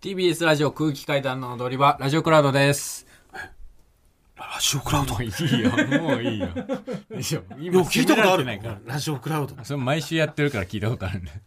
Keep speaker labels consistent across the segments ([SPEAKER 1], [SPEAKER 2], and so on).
[SPEAKER 1] TBS ラジオ空気階段の踊り場、ラジオクラウドです。
[SPEAKER 2] ラジオクラウド。
[SPEAKER 1] もういいよ、もういいよ。でしょ、
[SPEAKER 2] い
[SPEAKER 1] 今
[SPEAKER 2] や、聞いたことあ
[SPEAKER 1] 責められて
[SPEAKER 2] る
[SPEAKER 1] ないから
[SPEAKER 2] ね。ラジオクラウド。
[SPEAKER 1] それ毎週やってるから聞いたことあるんだよ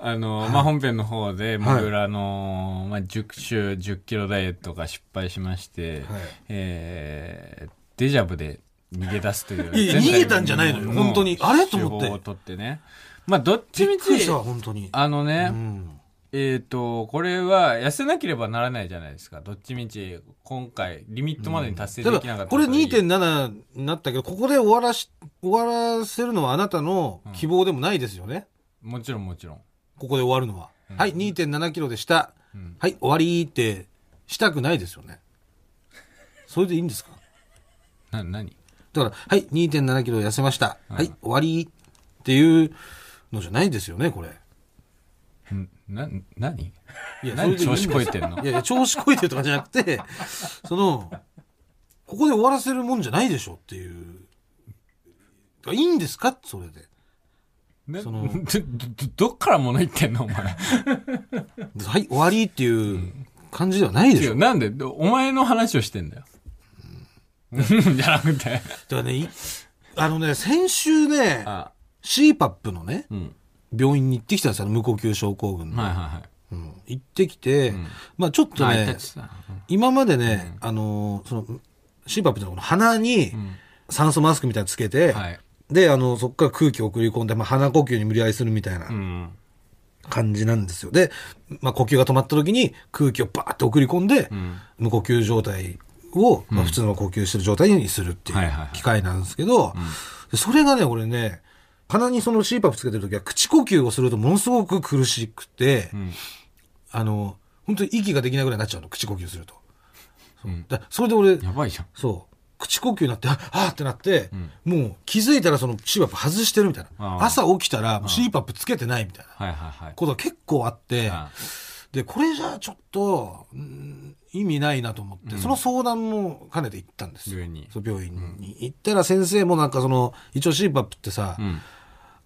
[SPEAKER 1] あの、まあ、本編の方で、もぐらの、まあ、10週10キロダイエットが失敗しまして、えーデジャブで逃げ出すという。
[SPEAKER 2] いや
[SPEAKER 1] 前回
[SPEAKER 2] 逃げたんじゃないのよ本当にあれと思って
[SPEAKER 1] 手法を取ってね。まあ、どっち
[SPEAKER 2] び
[SPEAKER 1] み
[SPEAKER 2] っ
[SPEAKER 1] ち
[SPEAKER 2] く、りしたわ、本当に。
[SPEAKER 1] あの
[SPEAKER 2] う
[SPEAKER 1] ね、
[SPEAKER 2] ん。
[SPEAKER 1] えっ、と、これは痩せなければならないじゃないですか。どっちみち、今回、リミットまでに達成
[SPEAKER 2] た
[SPEAKER 1] できなかった
[SPEAKER 2] だ、これ
[SPEAKER 1] からいい
[SPEAKER 2] 2.7になったけど、ここで終わらし、終わらせるのはあなたの希望でもないですよね。
[SPEAKER 1] もちろんもちろん。
[SPEAKER 2] ここで終わるのは。
[SPEAKER 1] うん
[SPEAKER 2] はい、2.7キロでした。
[SPEAKER 1] うん
[SPEAKER 2] はい、終わりって、したくないですよね。それでいいんですか
[SPEAKER 1] な、何
[SPEAKER 2] だから、はい、2.7キロ痩せました。
[SPEAKER 1] うん
[SPEAKER 2] はい、終わりっていうのじゃないですよね、これ。
[SPEAKER 1] んな、何
[SPEAKER 2] いや、それ
[SPEAKER 1] 何
[SPEAKER 2] でいいん
[SPEAKER 1] 調
[SPEAKER 2] です
[SPEAKER 1] 子こいてんの
[SPEAKER 2] いやいや、調子こいてとかじゃなくて、その、ここで終わらせるもんじゃないでしょっていう。だからいいんですかそれで。
[SPEAKER 1] な
[SPEAKER 2] その
[SPEAKER 1] ど、ど、どっから物言ってんのお前。
[SPEAKER 2] はい、終わりっていう感じではないで
[SPEAKER 1] 違
[SPEAKER 2] しょ。
[SPEAKER 1] う、
[SPEAKER 2] だか
[SPEAKER 1] なんで、どお前の話をしてんだよ。じゃなくて。
[SPEAKER 2] らね、いあのね、先週ね、
[SPEAKER 1] あ、
[SPEAKER 2] CPAP のね、
[SPEAKER 1] うん。
[SPEAKER 2] 病院に行ってきたんですよ、無呼吸症候群の、
[SPEAKER 1] はいはいはい。
[SPEAKER 2] うん行ってきて、
[SPEAKER 1] ん
[SPEAKER 2] まあちょっと
[SPEAKER 1] あ、い
[SPEAKER 2] ね
[SPEAKER 1] た、ちだ
[SPEAKER 2] 今までね、あのー、その、CPAP っていうのはこの鼻に
[SPEAKER 1] うん
[SPEAKER 2] 酸素マスクみたいなのつけて、
[SPEAKER 1] はい。
[SPEAKER 2] で、あの、そこから空気を送り込んで、まあ、鼻呼吸に無理やりするみたいな
[SPEAKER 1] うん。
[SPEAKER 2] 感じなんですよ。で、まあ、呼吸が止まった時に空気をバーって送り込んで、
[SPEAKER 1] うん。
[SPEAKER 2] 無呼吸状態を、まあ、普通の呼吸してる状態にするってい
[SPEAKER 1] はいうはいはい
[SPEAKER 2] 機械なんですけど、でそれがね、これね、鼻にその CPAP つけてる時は口呼吸をするとものすごく苦しくて、
[SPEAKER 1] うん。
[SPEAKER 2] あの、本当に息ができないぐらいになっちゃうの、口呼吸すると。そう
[SPEAKER 1] うん
[SPEAKER 2] だそれで俺、
[SPEAKER 1] やばいじゃん。
[SPEAKER 2] そう。口呼吸になって、ああーってなって、
[SPEAKER 1] うん
[SPEAKER 2] もう気づいたらその CPAP 外してるみたい
[SPEAKER 1] あ
[SPEAKER 2] な。
[SPEAKER 1] ー
[SPEAKER 2] 朝起きたらもう CPAP つけてないみたいな
[SPEAKER 1] はいはいはい。
[SPEAKER 2] ことが結構あって、
[SPEAKER 1] あ
[SPEAKER 2] で、これじゃちょっと、うん意味ないなと思って、
[SPEAKER 1] うん
[SPEAKER 2] その相談も兼ねて行ったんですよ。
[SPEAKER 1] 病院に。
[SPEAKER 2] そう病院に行ったら先生もなんかその、一応 CPAP ってさ、
[SPEAKER 1] うん。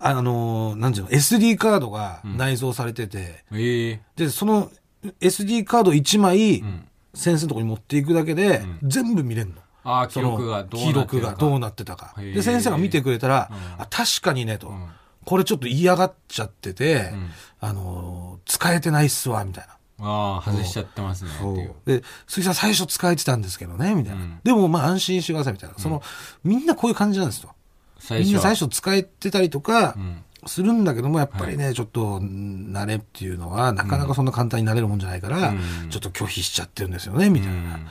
[SPEAKER 2] あのー、なんていうの、SD カードが内蔵されてて、
[SPEAKER 1] ええ。
[SPEAKER 2] で、その SD カード1枚、
[SPEAKER 1] うん。
[SPEAKER 2] 先生のところに持っていくだけで、
[SPEAKER 1] うん
[SPEAKER 2] 全部見れるの。
[SPEAKER 1] ああ、記
[SPEAKER 2] その
[SPEAKER 1] 録がどうな
[SPEAKER 2] 記
[SPEAKER 1] ってるか
[SPEAKER 2] 録がどうなってたか。
[SPEAKER 1] へ
[SPEAKER 2] で、
[SPEAKER 1] ー
[SPEAKER 2] 先生が見てくれたら、
[SPEAKER 1] うん
[SPEAKER 2] あ、確かにねと、
[SPEAKER 1] うん
[SPEAKER 2] これちょっと嫌がっちゃってて、
[SPEAKER 1] うん
[SPEAKER 2] あのー使えてないっすわ、みたいな。
[SPEAKER 1] ああ、外しちゃってますね。っていう。
[SPEAKER 2] で、鈴木さん最初使えてたんですけどね、みたいな。
[SPEAKER 1] うん
[SPEAKER 2] でもまあ安心してください、みたいな。その、みんなこういう感じなんですと。
[SPEAKER 1] 最
[SPEAKER 2] みんな最
[SPEAKER 1] は
[SPEAKER 2] 初使えてたりとか
[SPEAKER 1] う、ん。
[SPEAKER 2] するんだけども、やっぱりね、ちょっと、ん慣れっていうのは、なかなかそんな簡単になれるもんじゃないから、
[SPEAKER 1] うん
[SPEAKER 2] ちょっと拒否しちゃってるんですよね、みたいな。
[SPEAKER 1] うん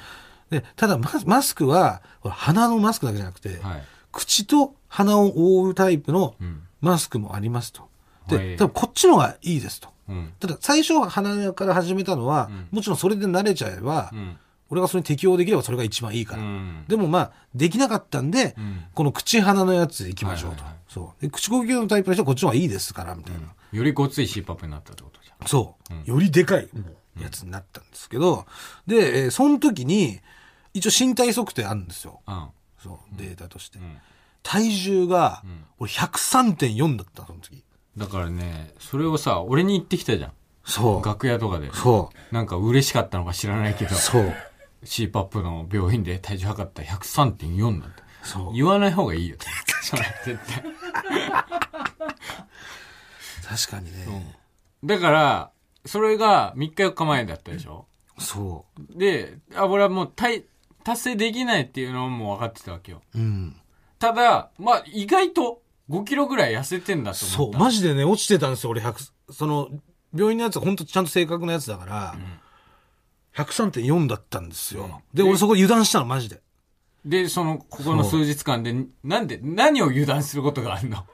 [SPEAKER 2] で、ただマス、マスクは、ほら鼻のマスクだけじゃなくて、
[SPEAKER 1] はい。
[SPEAKER 2] 口と鼻を覆うタイプの
[SPEAKER 1] うん。
[SPEAKER 2] マスクもありますと。
[SPEAKER 1] はい
[SPEAKER 2] で、多分こっちの方がいいですと。
[SPEAKER 1] うん。
[SPEAKER 2] ただ、最初は鼻から始めたのは、
[SPEAKER 1] うん
[SPEAKER 2] もちろんそれで慣れちゃえば、
[SPEAKER 1] うん。
[SPEAKER 2] 俺がそれに適応できればそれが一番いいから。
[SPEAKER 1] うん。
[SPEAKER 2] でもまあ、できなかったんで、
[SPEAKER 1] うん
[SPEAKER 2] この口鼻のやつでいきましょう
[SPEAKER 1] は
[SPEAKER 2] と。
[SPEAKER 1] いはいはい
[SPEAKER 2] そうで。口呼吸のタイプの人はこっちの方がいいですから、みたいな。
[SPEAKER 1] よりごつい c パップになったってことじゃん。
[SPEAKER 2] そう、
[SPEAKER 1] うん
[SPEAKER 2] よりでかいもうやつになったんですけど、で、えーその時に、一応身体測定あるんですよ。
[SPEAKER 1] うん。
[SPEAKER 2] そう、データとして。
[SPEAKER 1] うん
[SPEAKER 2] 体重が
[SPEAKER 1] うん、
[SPEAKER 2] 俺103.4だった、その時。
[SPEAKER 1] だからね、それをさ、俺に言ってきたじゃん。
[SPEAKER 2] そう。
[SPEAKER 1] 楽屋とかで。
[SPEAKER 2] そ
[SPEAKER 1] なんか嬉しかったのか知らないけど
[SPEAKER 2] う。、そう。
[SPEAKER 1] CPAP の病院で体重測ったら103.4だって。
[SPEAKER 2] そう。
[SPEAKER 1] 言わない方がいいよ。 それ絶対。
[SPEAKER 2] 確かにね。
[SPEAKER 1] だから、それが3日4日前だったでしょ
[SPEAKER 2] そ
[SPEAKER 1] で、あ、俺はもう体達成できないっていうのも分かってたわけよ。
[SPEAKER 2] う。うん。
[SPEAKER 1] ただ、まあ意外と5キロぐらい痩せてんだと
[SPEAKER 2] そ
[SPEAKER 1] 思っ
[SPEAKER 2] う。
[SPEAKER 1] た。
[SPEAKER 2] マジでね、落ちてたんですよ、俺100、その、病院のやつは本当ちゃんと正確なやつだから、103.4だったんですよ。
[SPEAKER 1] うんで
[SPEAKER 2] で、俺そこ油断したの、マジで。
[SPEAKER 1] で、その、ここの数日間で、なんで、何を油断することがあるの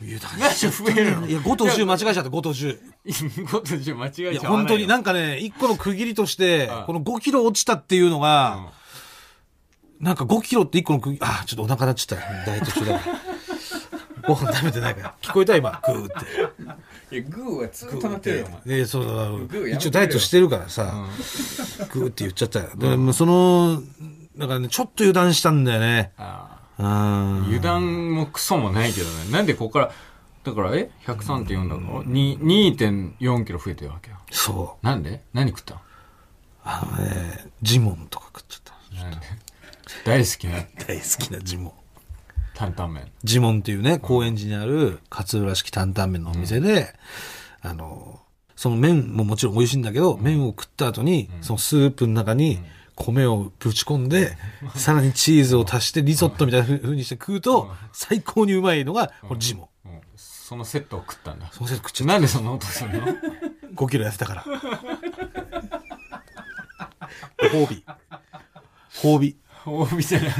[SPEAKER 2] 油断
[SPEAKER 1] 何を増えるの
[SPEAKER 2] いや、5と10間違えちゃった、5と10。
[SPEAKER 1] ことじゃ間違
[SPEAKER 2] い
[SPEAKER 1] え
[SPEAKER 2] や、
[SPEAKER 1] ちゃわ
[SPEAKER 2] 本当
[SPEAKER 1] な
[SPEAKER 2] に、な
[SPEAKER 1] よ
[SPEAKER 2] いんかね、1個の区切りとして
[SPEAKER 1] うん、
[SPEAKER 2] この5キロ落ちたっていうのが、なんか5キロって1個の釘、あー、ちょっとお腹なっちゃった。ダイエット中だから。ご飯食べてないから。聞こえた今、グーって。
[SPEAKER 1] うんいや、グーはずっ
[SPEAKER 2] グーって。えそうだ
[SPEAKER 1] グーやめてるよ
[SPEAKER 2] 一応ダイエットしてるからさ、グーって言っちゃったよ。でもその、だからね、ちょっと油断したんだよね。
[SPEAKER 1] ああ
[SPEAKER 2] うん。
[SPEAKER 1] 油断もクソもないけどね。なんでここから、だから、え ?103.4 だから、に2.4キロ増えてるわけよ。
[SPEAKER 2] そ
[SPEAKER 1] なんで何食ったの
[SPEAKER 2] う。あのね、ジモンとか食っちゃった。
[SPEAKER 1] なんで大好きな
[SPEAKER 2] 大好きなジモン。
[SPEAKER 1] 担々麺。
[SPEAKER 2] ジモンっていうね、高円寺にある勝浦式担々麺のお店で、あの、その麺ももちろん美味しいんだけど、麺を食った後に、そのスープの中に米をぶち込んで、さらにチーズを足してリゾットみたいな風にして食うと、最高にうまいのが、このジモン。
[SPEAKER 1] うんそのセットを食ったんだ。
[SPEAKER 2] そのせいで食っちゃった
[SPEAKER 1] なんでそんなことする の
[SPEAKER 2] 5キロ痩せたから。 ご褒美。 褒美。
[SPEAKER 1] 褒美じゃない。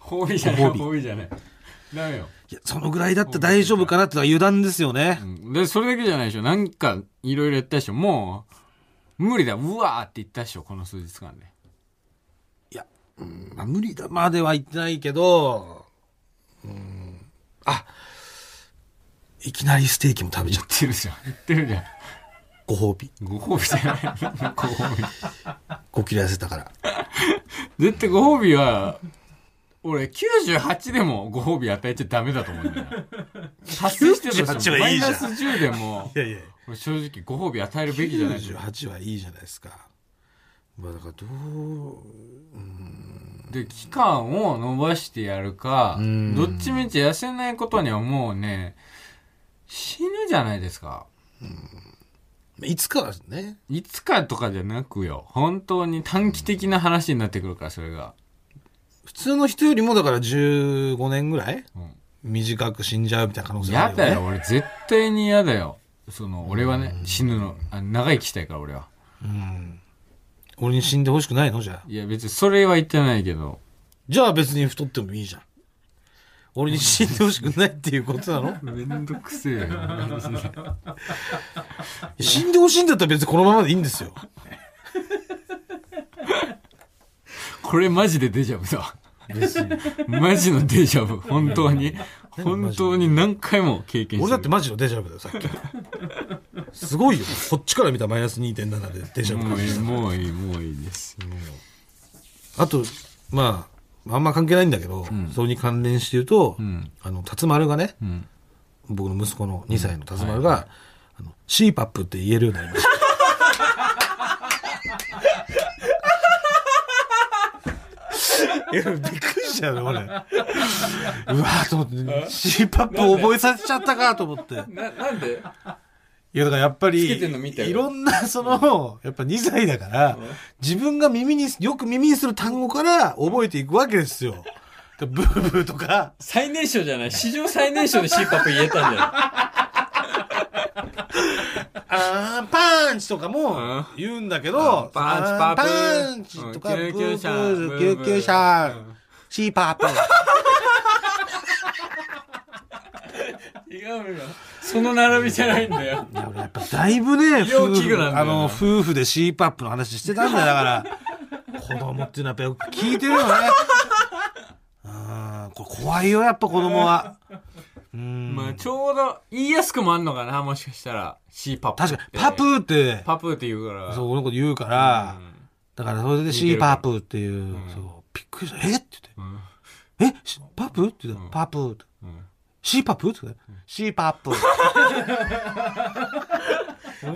[SPEAKER 1] 褒美じゃない。
[SPEAKER 2] ご褒美
[SPEAKER 1] 褒美じゃない。ダメよ。
[SPEAKER 2] いや、そのぐらいだったら大丈夫かなってのは油断ですよね
[SPEAKER 1] う。んで、それだけじゃないでしょ。なんか、いろいろやったでしょ。もう、無理だ。うわーって言ったでしょ。この数日間で。
[SPEAKER 2] いや、うんまあ、無理だまでは言ってないけど、うん、あ、いきなりステーキも食べちゃ
[SPEAKER 1] 言
[SPEAKER 2] っ
[SPEAKER 1] ってるじゃん。言ってるじゃん。
[SPEAKER 2] た。ご褒美。
[SPEAKER 1] ご褒美じゃない。ご褒美。
[SPEAKER 2] 5キロ痩せたから。
[SPEAKER 1] 絶対ご褒美は、俺98でもご褒美与えちゃダメだと思うんだよな。達成してるとしても
[SPEAKER 2] 98
[SPEAKER 1] マ
[SPEAKER 2] はい
[SPEAKER 1] イ
[SPEAKER 2] いじゃ
[SPEAKER 1] ナ
[SPEAKER 2] ん
[SPEAKER 1] ス10でも、
[SPEAKER 2] やいや。
[SPEAKER 1] 俺正直ご褒美与えるべきじゃない。
[SPEAKER 2] 98はいいじゃないですか。まあだからどう、
[SPEAKER 1] で、期間を伸ばしてやるか、
[SPEAKER 2] うん
[SPEAKER 1] どっちみち痩せないことにはもうね、死ぬじゃないですか。
[SPEAKER 2] まあいつかはね、
[SPEAKER 1] いつかとかじゃなくよ。本当に短期的な話になってくるから、それが。
[SPEAKER 2] 普通の人よりもだから15年ぐらい
[SPEAKER 1] うん
[SPEAKER 2] 短く死んじゃうみたいな可能性あ
[SPEAKER 1] や
[SPEAKER 2] るよね。
[SPEAKER 1] だよ、俺絶対にやだよ。その、俺はね、死ぬの、あ長生きしたいから俺は。
[SPEAKER 2] うん。俺に死んでほしくないのじゃあ。
[SPEAKER 1] いや別にそれは言ってないけど。
[SPEAKER 2] じゃあ別に太ってもいいじゃん。俺に死んでほしくないっていうことなの
[SPEAKER 1] めんどく せえよ。
[SPEAKER 2] 死んでほしいんだったら別にこのままでいいんですよ。
[SPEAKER 1] これマジでデジャブだ。マジのデジャブ。本当に。本当に何回も経験してる。
[SPEAKER 2] 俺だってマジのデジャブだよ、さっき。すごいよ。こっちから見たマイナス2.7でデジャブ
[SPEAKER 1] もう
[SPEAKER 2] 感
[SPEAKER 1] い
[SPEAKER 2] じ
[SPEAKER 1] い、
[SPEAKER 2] た
[SPEAKER 1] もういい、もういいです。
[SPEAKER 2] あと、まあ、あんま関係ないんだけど、
[SPEAKER 1] ん
[SPEAKER 2] それに関連して言うと、
[SPEAKER 1] うん。
[SPEAKER 2] あの、辰丸がね、
[SPEAKER 1] うん。
[SPEAKER 2] 僕の息子の2歳の辰丸が、あの、CPAP って言えるようにな りました。いやびっくりしたよね、俺。うわーと思って、CPAP 覚えさせちゃったかと思って。いや、
[SPEAKER 1] な、なんで
[SPEAKER 2] だからやっぱり、
[SPEAKER 1] つけてんの見たよ
[SPEAKER 2] いろんな、その、やっぱ2歳だから、自分が耳に、よく耳にする単語から覚えていくわけですよ。でブーブーとか、
[SPEAKER 1] 最年少じゃない史上最年少で CPAP 言えたんじゃ
[SPEAKER 2] あーパンチとかも言うんだけど、
[SPEAKER 1] パンチ
[SPEAKER 2] あー
[SPEAKER 1] パプ
[SPEAKER 2] パンチとか、
[SPEAKER 1] う
[SPEAKER 2] ブ
[SPEAKER 1] ん
[SPEAKER 2] ー
[SPEAKER 1] 救
[SPEAKER 2] ブ
[SPEAKER 1] 急車
[SPEAKER 2] ー、
[SPEAKER 1] ブー
[SPEAKER 2] 救
[SPEAKER 1] ブー
[SPEAKER 2] 急車、シーパープ。
[SPEAKER 1] ない違うよ。その並びじゃないんだよ。
[SPEAKER 2] いや俺やっぱだいぶね、
[SPEAKER 1] 医療
[SPEAKER 2] 夫
[SPEAKER 1] 器具なんだよ
[SPEAKER 2] 婦あ
[SPEAKER 1] な
[SPEAKER 2] の夫婦でシーパップの話してたんだよ、だから。子供っていうのはやっぱよく聞いてるよね。うん、これ怖いよ、やっぱ子供は。うん。
[SPEAKER 1] まあ、ちょうど言いやすくもあんのかな、もしかしたら。C パプ。
[SPEAKER 2] 確かに、パプーって、
[SPEAKER 1] パプって言うから。
[SPEAKER 2] そう、俺のこと言うか
[SPEAKER 1] う
[SPEAKER 2] ら、
[SPEAKER 1] ん
[SPEAKER 2] だからそれで
[SPEAKER 1] 似
[SPEAKER 2] シ
[SPEAKER 1] て
[SPEAKER 2] ー
[SPEAKER 1] る
[SPEAKER 2] パ
[SPEAKER 1] から
[SPEAKER 2] ープっていう、そう、びっくりした。えって
[SPEAKER 1] うん
[SPEAKER 2] 言って、えしパプって言ったらパプーって。
[SPEAKER 1] うん
[SPEAKER 2] シーパップって言うからシーパップ。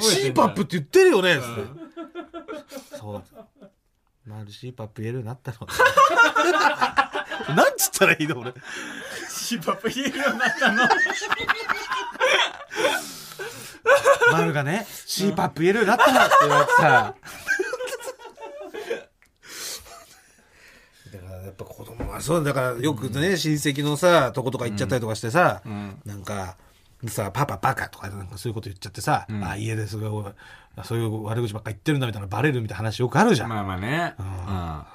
[SPEAKER 2] シーパップって言ってるよね、つってそう。まるシーパップ言えるようになったの。なんつったらいいの俺。
[SPEAKER 1] シーパップ言えるようになったの。
[SPEAKER 2] マルがね、シーパップ言えるようになったのって言われてさ。だからやっぱ子供はそうだからよくね、親戚のさとことか行っちゃったりとかしてさ、
[SPEAKER 1] ん
[SPEAKER 2] なんかさパパバカとかなんかそういうこと言っちゃってさ、あ家ですごいそういう悪口ばっか言ってるんだみたいなバレるみたいな話よくあるじゃん、
[SPEAKER 1] まあまあね。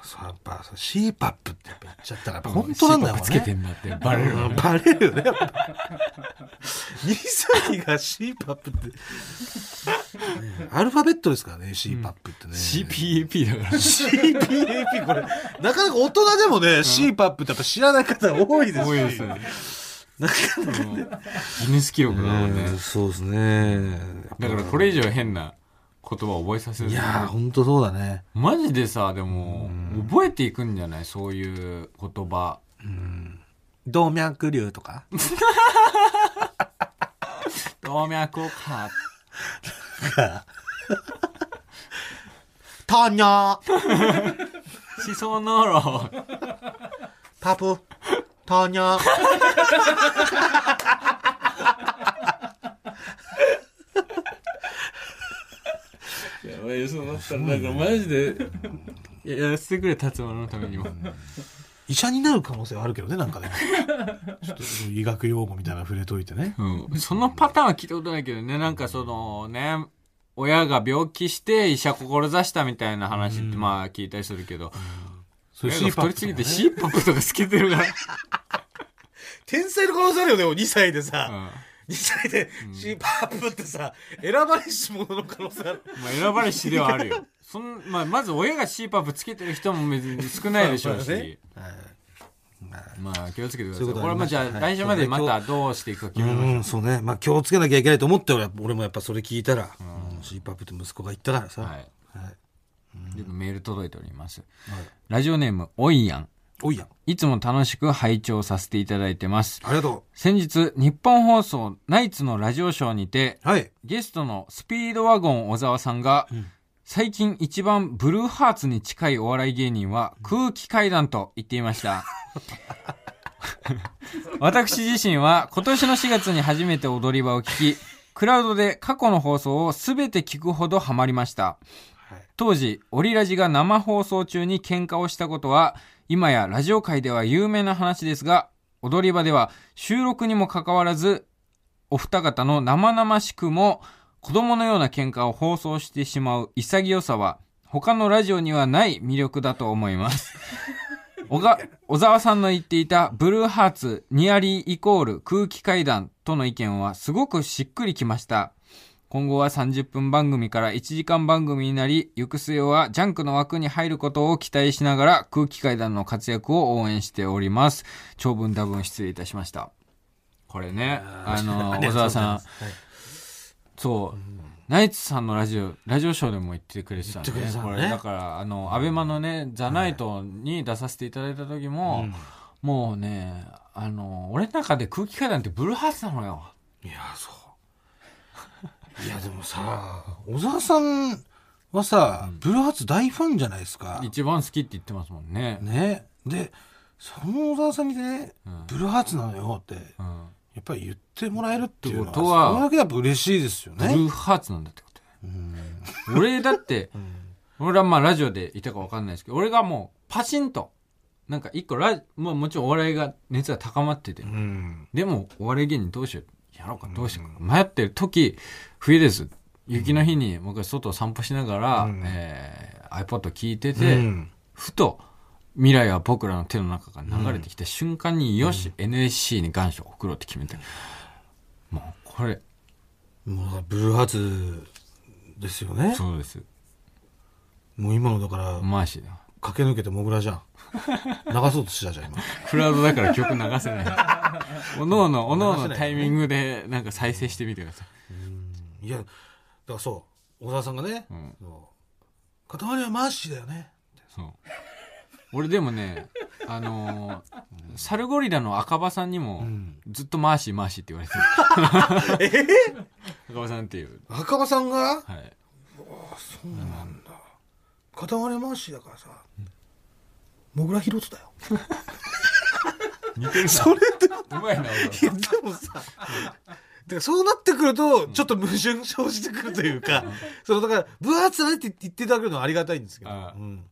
[SPEAKER 2] そうやっぱそうシーパップってやっぱ言っちゃったらやっぱ
[SPEAKER 1] うん
[SPEAKER 2] 本当なんだよ
[SPEAKER 1] シーパップつけてんだって、バレるわ
[SPEAKER 2] うんバレるよねやっぱ2歳が C パップって、ねアルファベットですからね C パップってね、
[SPEAKER 1] CPAP だから。
[SPEAKER 2] CPAP これなかなか大人でもね、C パップってやっぱ知らない方多いですし
[SPEAKER 1] 多いですね。
[SPEAKER 2] なか なか
[SPEAKER 1] ギネス記録だもんね
[SPEAKER 2] ね。そうですね
[SPEAKER 1] だからこれ以上変な言葉を覚えさせる
[SPEAKER 2] い。やー本当そうだね
[SPEAKER 1] マジでさ、でも、覚えていくんじゃないそういう言葉。
[SPEAKER 2] 動脈瘤とか
[SPEAKER 1] 動脈をか
[SPEAKER 2] 糖尿
[SPEAKER 1] しそのろ
[SPEAKER 2] パプ糖尿
[SPEAKER 1] やばいそうなったらなんかマジでいややらせてくれ達馬のためにも
[SPEAKER 2] 医者になる可能性はあるけどねなん かねちょっと医学用語みたいなの触れといてね
[SPEAKER 1] うんそのパターンは聞いたことないけどね、なんかそのね、親が病気して医者志したみたいな話ってまあ聞いたりするけど、
[SPEAKER 2] そういう
[SPEAKER 1] 親が
[SPEAKER 2] CPAP と
[SPEAKER 1] 太
[SPEAKER 2] か
[SPEAKER 1] り
[SPEAKER 2] ね
[SPEAKER 1] すぎて CPAP とか好きてるから、
[SPEAKER 2] 天才の可能性あるよでも2歳で
[SPEAKER 1] うん
[SPEAKER 2] さ、
[SPEAKER 1] ま
[SPEAKER 2] 2歳で C パップってさ選ばれし者の可能性ある
[SPEAKER 1] あ選ばれしではあるよ。そんまあ、まず親が CPAP つけてる人も別に少ないでしょう
[SPEAKER 2] まあま
[SPEAKER 1] し、ま
[SPEAKER 2] あね
[SPEAKER 1] あ気をつけてくださ
[SPEAKER 2] そうい
[SPEAKER 1] い。
[SPEAKER 2] うこと
[SPEAKER 1] こ
[SPEAKER 2] は
[SPEAKER 1] れはまあじゃ
[SPEAKER 2] あ
[SPEAKER 1] あ
[SPEAKER 2] りました
[SPEAKER 1] 来週までまたどうしていくか決
[SPEAKER 2] う
[SPEAKER 1] めましょう。
[SPEAKER 2] んそうねまあ気をつけなきゃいけないと思って俺は俺もやっぱそれ聞いたら、シー C パップって息子が言ったからさ、
[SPEAKER 1] はい。
[SPEAKER 2] はい
[SPEAKER 1] ちょっとメール届いております。ラジオネーム、おいやん。
[SPEAKER 2] おいや
[SPEAKER 1] いつも楽しく拝聴させていただいてます。
[SPEAKER 2] ありがと
[SPEAKER 1] 先日、日本放送ナイツのラジオショーにて、
[SPEAKER 2] うはい
[SPEAKER 1] ゲストのスピードワゴン小沢さんが、最近一番ブルーハーツに近いお笑い芸人は空気階段と言っていました。 私自身は今年の4月に初めて踊り場を聞き、クラウドで過去の放送を全て聞くほどハマりました。
[SPEAKER 2] はい
[SPEAKER 1] 当時、オリラジが生放送中に喧嘩をしたことは、今やラジオ界では有名な話ですが、踊り場では収録にもかかわらず、お二方の生々しくも子供のような喧嘩を放送してしまう潔さは、他のラジオにはない魅力だと思います。 小が小沢さんの言っていたブルーハーツニアリーイコール空気階段との意見はすごくしっくりきました。今後は30分番組から1時間番組になり、行く末はジャンクの枠に入ることを期待しながら空気階段の活躍を応援しております。長文多文失礼いたしました。これね、あの、小沢さん、そう、ナイツさんのラジオ、ラジオショーでも言ってくれてたんで、
[SPEAKER 2] 言ってくれてた
[SPEAKER 1] こ
[SPEAKER 2] のね
[SPEAKER 1] れだから、あの、アベマのね、ザナイトに出させていただいた時も、もうね、あの、俺の中で空気階段ってブルーハーツなのよ。
[SPEAKER 2] いや、そう。いや、でもさ、小沢さんはさ、ブルーハーツ大ファンじゃないですか。
[SPEAKER 1] 一番好きって言ってますもんね。
[SPEAKER 2] ね。で、その小沢さんにね、ブルーハーツなのよって、や
[SPEAKER 1] うん
[SPEAKER 2] っぱり言ってもらえるっていうの
[SPEAKER 1] っ
[SPEAKER 2] は、
[SPEAKER 1] てことは
[SPEAKER 2] それだけやっぱ嬉しいですよ
[SPEAKER 1] ブル
[SPEAKER 2] ね。
[SPEAKER 1] ーハーツなんだってこと、俺だって、 俺はまあラジオでいたか分かんないですけど俺がもうパチンとなんか一個ラジ、まあ、もちろんお笑いが熱が高まってて、
[SPEAKER 2] うん。
[SPEAKER 1] でもお笑い芸人どうしようやろうかどうしようか迷ってる時冬です雪の日に僕は外を散歩しながら、
[SPEAKER 2] うん
[SPEAKER 1] えー iPod 聞いて
[SPEAKER 2] う
[SPEAKER 1] て、
[SPEAKER 2] ん
[SPEAKER 1] ふと未来は僕らの手の中から流れてきた瞬間に、よし NSC に願書を送ろうって決めてもうこれ
[SPEAKER 2] もうブルーハーツですよね。
[SPEAKER 1] そうです
[SPEAKER 2] もう今のだから、
[SPEAKER 1] マジだ
[SPEAKER 2] 駆け抜けてモグラじゃん。流そうとしたじゃん、今。
[SPEAKER 1] クラウドだから曲流せ ない。おのおの、おのおのタイミングで、なんか再生してみてください。
[SPEAKER 2] いや、だからそう、小沢さんがね、
[SPEAKER 1] ん
[SPEAKER 2] そう塊はマッシーだよね。
[SPEAKER 1] そう。俺でもね、あのーサルゴリラの赤羽さんにも、ずっとマーシーマーシーって言われてる。赤羽さんっていう。
[SPEAKER 2] 赤羽さんが
[SPEAKER 1] はい。
[SPEAKER 2] そうなんだ。塊はマッシーだからさ、もぐらひろつだよ。
[SPEAKER 1] 似てるな。
[SPEAKER 2] それって、
[SPEAKER 1] うまいな、
[SPEAKER 2] いや、でもさ、だからそうなってくると、ちょっと矛盾生じてくるというか、その、だから、分厚ないって言っていただけるのはありがたいんですけど、う
[SPEAKER 1] あ
[SPEAKER 2] ん。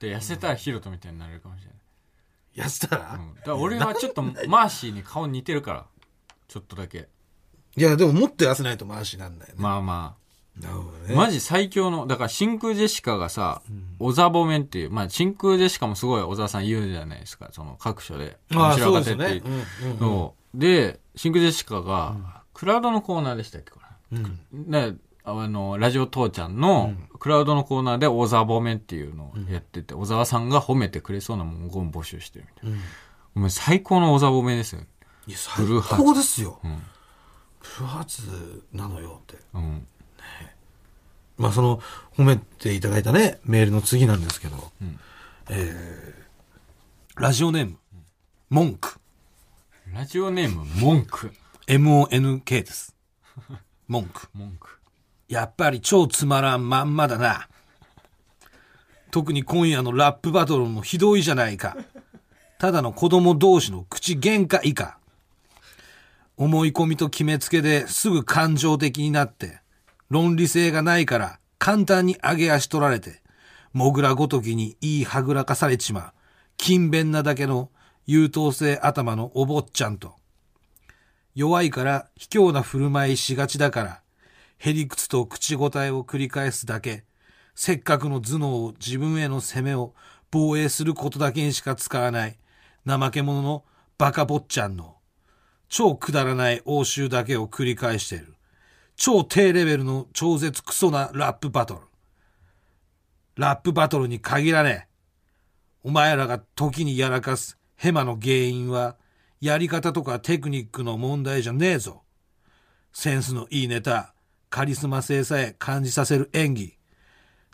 [SPEAKER 1] で、痩せたらヒロトみたいになれるかもしれな
[SPEAKER 2] 痩せたら、
[SPEAKER 1] い。うん、だから俺はちょっとマーシーに顔似てるから。ちょっとだけ。
[SPEAKER 2] いや、でももっと痩せないとマッシーなんだよね。
[SPEAKER 1] まあまあ。
[SPEAKER 2] なるほどね。
[SPEAKER 1] マジ最強の、だから真空ジェシカがさ、小沢褒めっていう、まあ真空ジェシカもすごい小沢さん言うじゃないですか、その各所で。
[SPEAKER 2] ああ、
[SPEAKER 1] 面白
[SPEAKER 2] そう
[SPEAKER 1] か
[SPEAKER 2] で
[SPEAKER 1] った
[SPEAKER 2] す
[SPEAKER 1] っ
[SPEAKER 2] よ
[SPEAKER 1] て
[SPEAKER 2] ね。うんうん
[SPEAKER 1] そうで、真空ジェシカが、クラウドのコーナーでしたっけ、これ。であの、ラジオ父ちゃんの、クラウドのコーナーで小沢褒めっていうのをやってて、小沢さんが褒めてくれそうな文言募集してるみたいな。お前最高の小沢褒めですよ。
[SPEAKER 2] いや、最
[SPEAKER 1] ブルーハーツ
[SPEAKER 2] 高ですよ。
[SPEAKER 1] ん
[SPEAKER 2] ブルーハーツなのよって。
[SPEAKER 1] うん。
[SPEAKER 2] まあ、その、褒めていただいたね、メールの次なんですけど、えーラジオネーム、文句。
[SPEAKER 1] ラジオネーム、文句。
[SPEAKER 2] MONK です。文句。
[SPEAKER 1] 文句。
[SPEAKER 2] やっぱり超つまらんまんまだな。特に今夜のラップバトルもひどいじゃないか。ただの子供同士の口喧嘩以下。思い込みと決めつけですぐ感情的になって、論理性がないから簡単に上げ足取られて、モグラごときに言いはぐらかされちまう、勤勉なだけの優等生頭のお坊ちゃんと、弱いから卑怯な振る舞いしがちだから、へりくつと口答えを繰り返すだけ、せっかくの頭脳を自分への攻めを防衛することだけにしか使わない、怠け者のバカ坊ちゃんの、超くだらない応酬だけを繰り返している。超低レベルの超絶クソなラップバトル。ラップバトルに限らねえ。お前らが時にやらかすヘマの原因は、やり方とかテクニックの問題じゃねえぞ。センスのいいネタ、カリスマ性さえ感じさせる演技。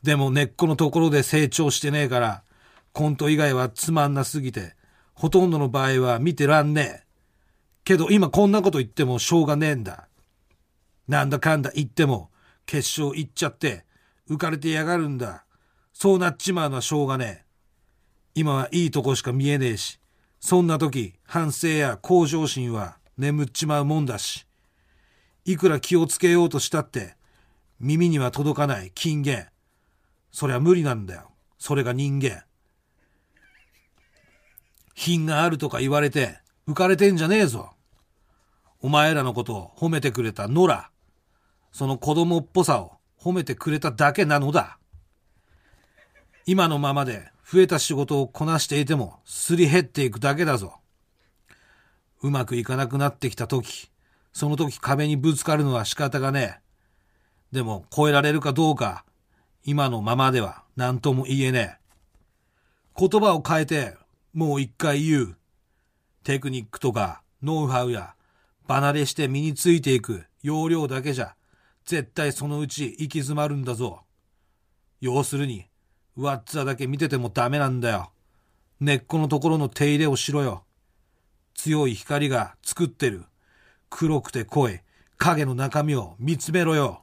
[SPEAKER 2] でも根っこのところで成長してねえから、コント以外はつまんなすぎて、ほとんどの場合は見てらんねえ。けど今こんなこと言ってもしょうがねえんだ。なんだかんだ言っても、決勝行っちゃって、浮かれてやがるんだ。そうなっちまうのはしょうがねえ。今はいいとこしか見えねえし、そんな時、反省や向上心は眠っちまうもんだし、いくら気をつけようとしたって、耳には届かない金言。そりゃ無理なんだよ。それが人間。品があるとか言われて、浮かれてんじゃねえぞ。お前らのことを褒めてくれた野良。その子供っぽさを褒めてくれただけなのだ。今のままで増えた仕事をこなしていてもすり減っていくだけだぞ。うまくいかなくなってきた時、その時壁にぶつかるのは仕方がねえ。でも超えられるかどうか、今のままでは何とも言えねえ。言葉を変えて、もう一回言う。テクニックとか、ノウハウや、離れして身についていく要領だけじゃ、絶対そのうち行き詰まるんだぞ。要するに、上っ面だけ見ててもダメなんだよ。根っこのところの手入れをしろよ。強い光が作ってる。黒くて濃い影の中身を見つめろよ。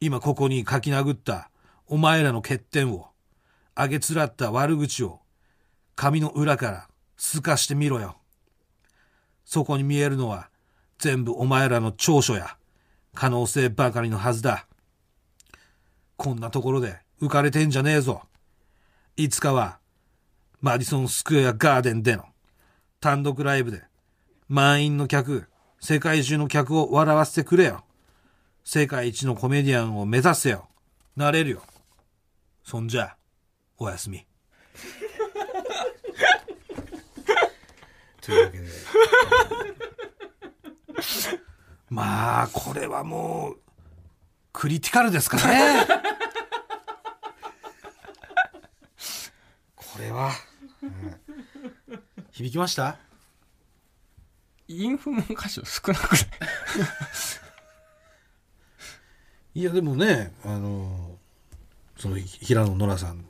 [SPEAKER 2] 今ここに書き殴ったお前らの欠点を、あげつらった悪口を、紙の裏から透かしてみろよ。そこに見えるのは全部お前らの長所や可能性ばかりのはずだ。こんなところで浮かれてんじゃねえぞ。いつかはマディソンスクエアガーデンでの単独ライブで満員の客、世界中の客を笑わせてくれよ。世界一のコメディアンを目指せよ。なれるよ。そんじゃ、おやすみ。
[SPEAKER 3] というわけで
[SPEAKER 2] まあ、これはもう、クリティカルですかね。
[SPEAKER 3] これは
[SPEAKER 2] 響きました
[SPEAKER 1] インフ文箇所少なくない
[SPEAKER 2] いや、でもね、あの、その、ひ平野ノラさん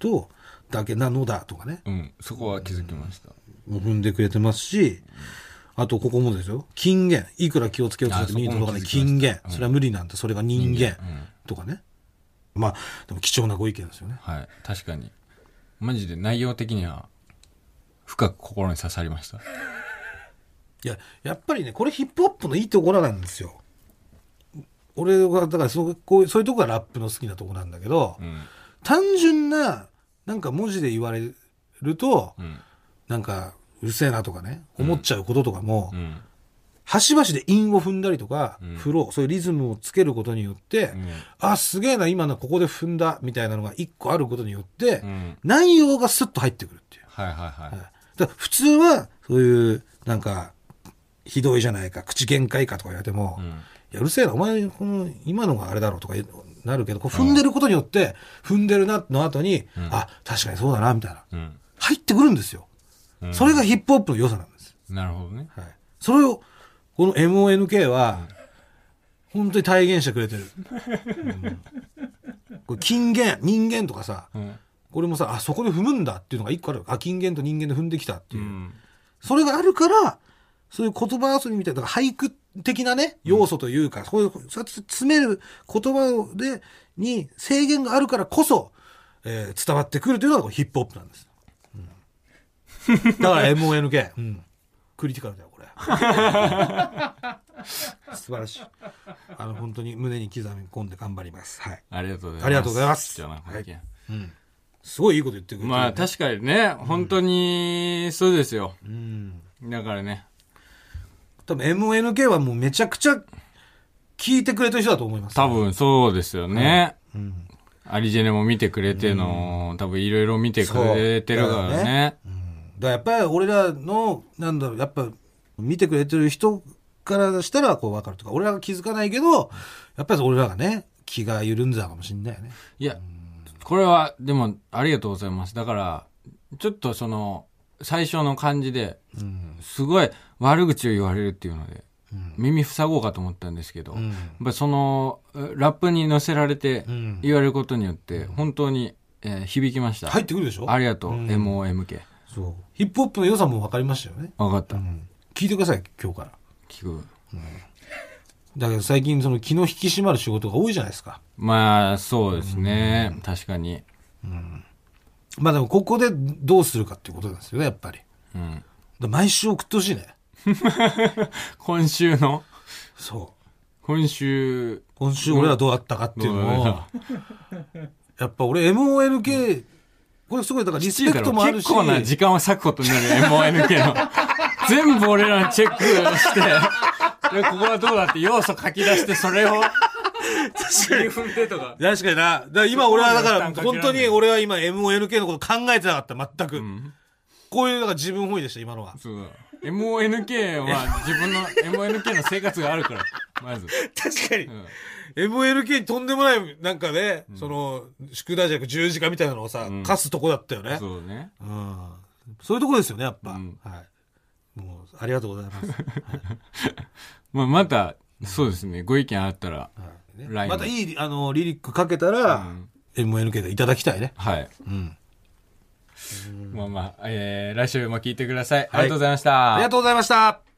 [SPEAKER 2] と、だけなのだとかね、
[SPEAKER 1] うん、そこは気づきました。
[SPEAKER 2] もう踏んでくれてますし、あと、ここもですよ。金言。いくら気をつけようとしても
[SPEAKER 1] あ
[SPEAKER 2] 身に届かない
[SPEAKER 1] そこも気づ
[SPEAKER 2] 金
[SPEAKER 1] きました
[SPEAKER 2] 言。それは無理なんだ。それが人間
[SPEAKER 1] うん。
[SPEAKER 2] とかね。まあ、でも貴重なご意見ですよね。
[SPEAKER 1] はい、確かに。マジで内容的には、深く心に刺さりました。
[SPEAKER 2] いや、やっぱりね、これヒップホップのいいところなんですよ。俺は、だからそうこういう、そういうとこがラップの好きなとこなんだけど、
[SPEAKER 1] うん。
[SPEAKER 2] 単純な、なんか文字で言われると、
[SPEAKER 1] うん。
[SPEAKER 2] なんか、うるせえなとかね、思っちゃうこととかも、
[SPEAKER 1] うん。
[SPEAKER 2] 端々で韻を踏んだりとか、
[SPEAKER 1] うん
[SPEAKER 2] フロー、そういうリズムをつけることによって、あ、すげえな、今のここで踏んだ、みたいなのが一個あることによって、
[SPEAKER 1] うん。
[SPEAKER 2] 内容がスッと入ってくるっていう。
[SPEAKER 1] はいはいはい。
[SPEAKER 2] だから普通は、そういう、なんか、ひどいじゃないか、口限界かとか言われても、
[SPEAKER 1] うん
[SPEAKER 2] いやうるせえな、お前、この、今のがあれだろうとかなるけど、こう踏んでることによって、踏んでるな、の後に、
[SPEAKER 1] ん
[SPEAKER 2] あ、確かにそうだな、みたいな。
[SPEAKER 1] うん。
[SPEAKER 2] 入ってくるんですよ。
[SPEAKER 1] うん
[SPEAKER 2] それがヒップホップの良さなんです。
[SPEAKER 1] なるほどね。
[SPEAKER 2] はい。それを、この MONK は、本当に体現してくれてる。うんこれ金言、人間とかさ、
[SPEAKER 1] うん。
[SPEAKER 2] これもさ、あ、そこで踏むんだっていうのが一個ある。あ、金言と人間で踏んできたって
[SPEAKER 1] う
[SPEAKER 2] いう。
[SPEAKER 1] ん。
[SPEAKER 2] それがあるから、そういう言葉遊びみたいな、だから俳句的なね、要素というか、そういう、そうやって詰める言葉で、に制限があるからこそ、えー伝わってくるというのがこうヒップホップなんです。うんだ から MONK、うんクリティカルだよ、これ。 素晴らしい。あの、本当に胸に刻み込んで頑張ります。はい。
[SPEAKER 1] ありがとうございます。
[SPEAKER 2] ありがとうございます
[SPEAKER 1] じゃあなこれ
[SPEAKER 2] うん。すごいいいこと言ってくれてるね
[SPEAKER 1] まあ確かにね、本当に、そうですよ。
[SPEAKER 2] うん。
[SPEAKER 1] だからね。
[SPEAKER 2] 多分 MNK はもうめちゃくちゃ聞いてくれてる人だと思います。
[SPEAKER 1] 多分そうですよね。
[SPEAKER 2] うん。
[SPEAKER 1] アリジェネも見てくれての、多分いろいろ見てくれてるから
[SPEAKER 2] そうだよ
[SPEAKER 1] ね。
[SPEAKER 2] だからやっぱり俺らの、なんだろう、やっぱ見てくれてる人からしたらこう分かるとか、俺らが気づかないけど、やっぱり俺らがね、気が緩んでたかもしんないよね。
[SPEAKER 1] いや、これは、でも、ありがとうございます。だから、ちょっとその、最初の感じで、
[SPEAKER 2] うん。
[SPEAKER 1] すごい悪口を言われるっていうので、
[SPEAKER 2] うん。
[SPEAKER 1] 耳塞ごうかと思ったんですけど、
[SPEAKER 2] う
[SPEAKER 1] やっ
[SPEAKER 2] ん。
[SPEAKER 1] ぱその、ラップに乗せられて
[SPEAKER 2] うん
[SPEAKER 1] 言われることによって、本当に、えー響きました。
[SPEAKER 2] 入ってくるでしょ
[SPEAKER 1] ありがとう、
[SPEAKER 2] うん
[SPEAKER 1] MOMK。
[SPEAKER 2] そう。ヒップホップの良さも分かりましたよね。
[SPEAKER 1] わかった
[SPEAKER 2] う。ん。聞いてください、今日から。
[SPEAKER 1] 聞く。
[SPEAKER 2] だけど最近その気の引き締まる仕事が多いじゃないですか。
[SPEAKER 1] まあ、そうですね。確かに。
[SPEAKER 2] まあでもここでどうするかっていうことなんですよね、やっぱり。
[SPEAKER 1] うん。
[SPEAKER 2] だから毎週送ってほしいね。
[SPEAKER 1] 今週の、
[SPEAKER 2] そう。
[SPEAKER 1] 今週、
[SPEAKER 2] 今週俺らどうだったかっていうのを、
[SPEAKER 1] うん
[SPEAKER 2] やっぱ俺 MONK、これすごい、だからリスペクトもあるし、
[SPEAKER 1] 結構な時間を割くことになるよ MONK の。全部俺らのチェックして、でここはどうだって要素書き出して、それを。2分でとか。
[SPEAKER 2] 確かにな。だから今俺はだか
[SPEAKER 1] そ
[SPEAKER 2] ら、
[SPEAKER 1] こまで負担か
[SPEAKER 2] 本
[SPEAKER 1] けらんない
[SPEAKER 2] 当に俺は今 MONK のこと考えてなかった、全く。
[SPEAKER 1] ん
[SPEAKER 2] こういうのが自分本位でした、今の は。
[SPEAKER 1] そうだ。MONK は自分の MONK の生活があるから、まず。
[SPEAKER 2] 確かに。
[SPEAKER 1] ん
[SPEAKER 2] MLK にとんでもない、なんかね、その、宿題じゃなく十字架みたいなのをさ、
[SPEAKER 1] ん
[SPEAKER 2] 課すとこだったよね。
[SPEAKER 1] そうね。
[SPEAKER 2] うん。そういうとこですよね、やっぱ。
[SPEAKER 1] うん
[SPEAKER 2] はい。もう、ありがとうございます。
[SPEAKER 1] まあ、また、そうですね。ご意見あったら、
[SPEAKER 2] はいね
[SPEAKER 1] ライン
[SPEAKER 2] またいい、あの、リリックかけたら、MLK がいただきたいね。
[SPEAKER 1] はい。
[SPEAKER 2] うん。
[SPEAKER 1] まあまあ、えー、来週も聞いてください。ありがとうございまし
[SPEAKER 2] あ
[SPEAKER 1] た
[SPEAKER 2] りが。とうございました。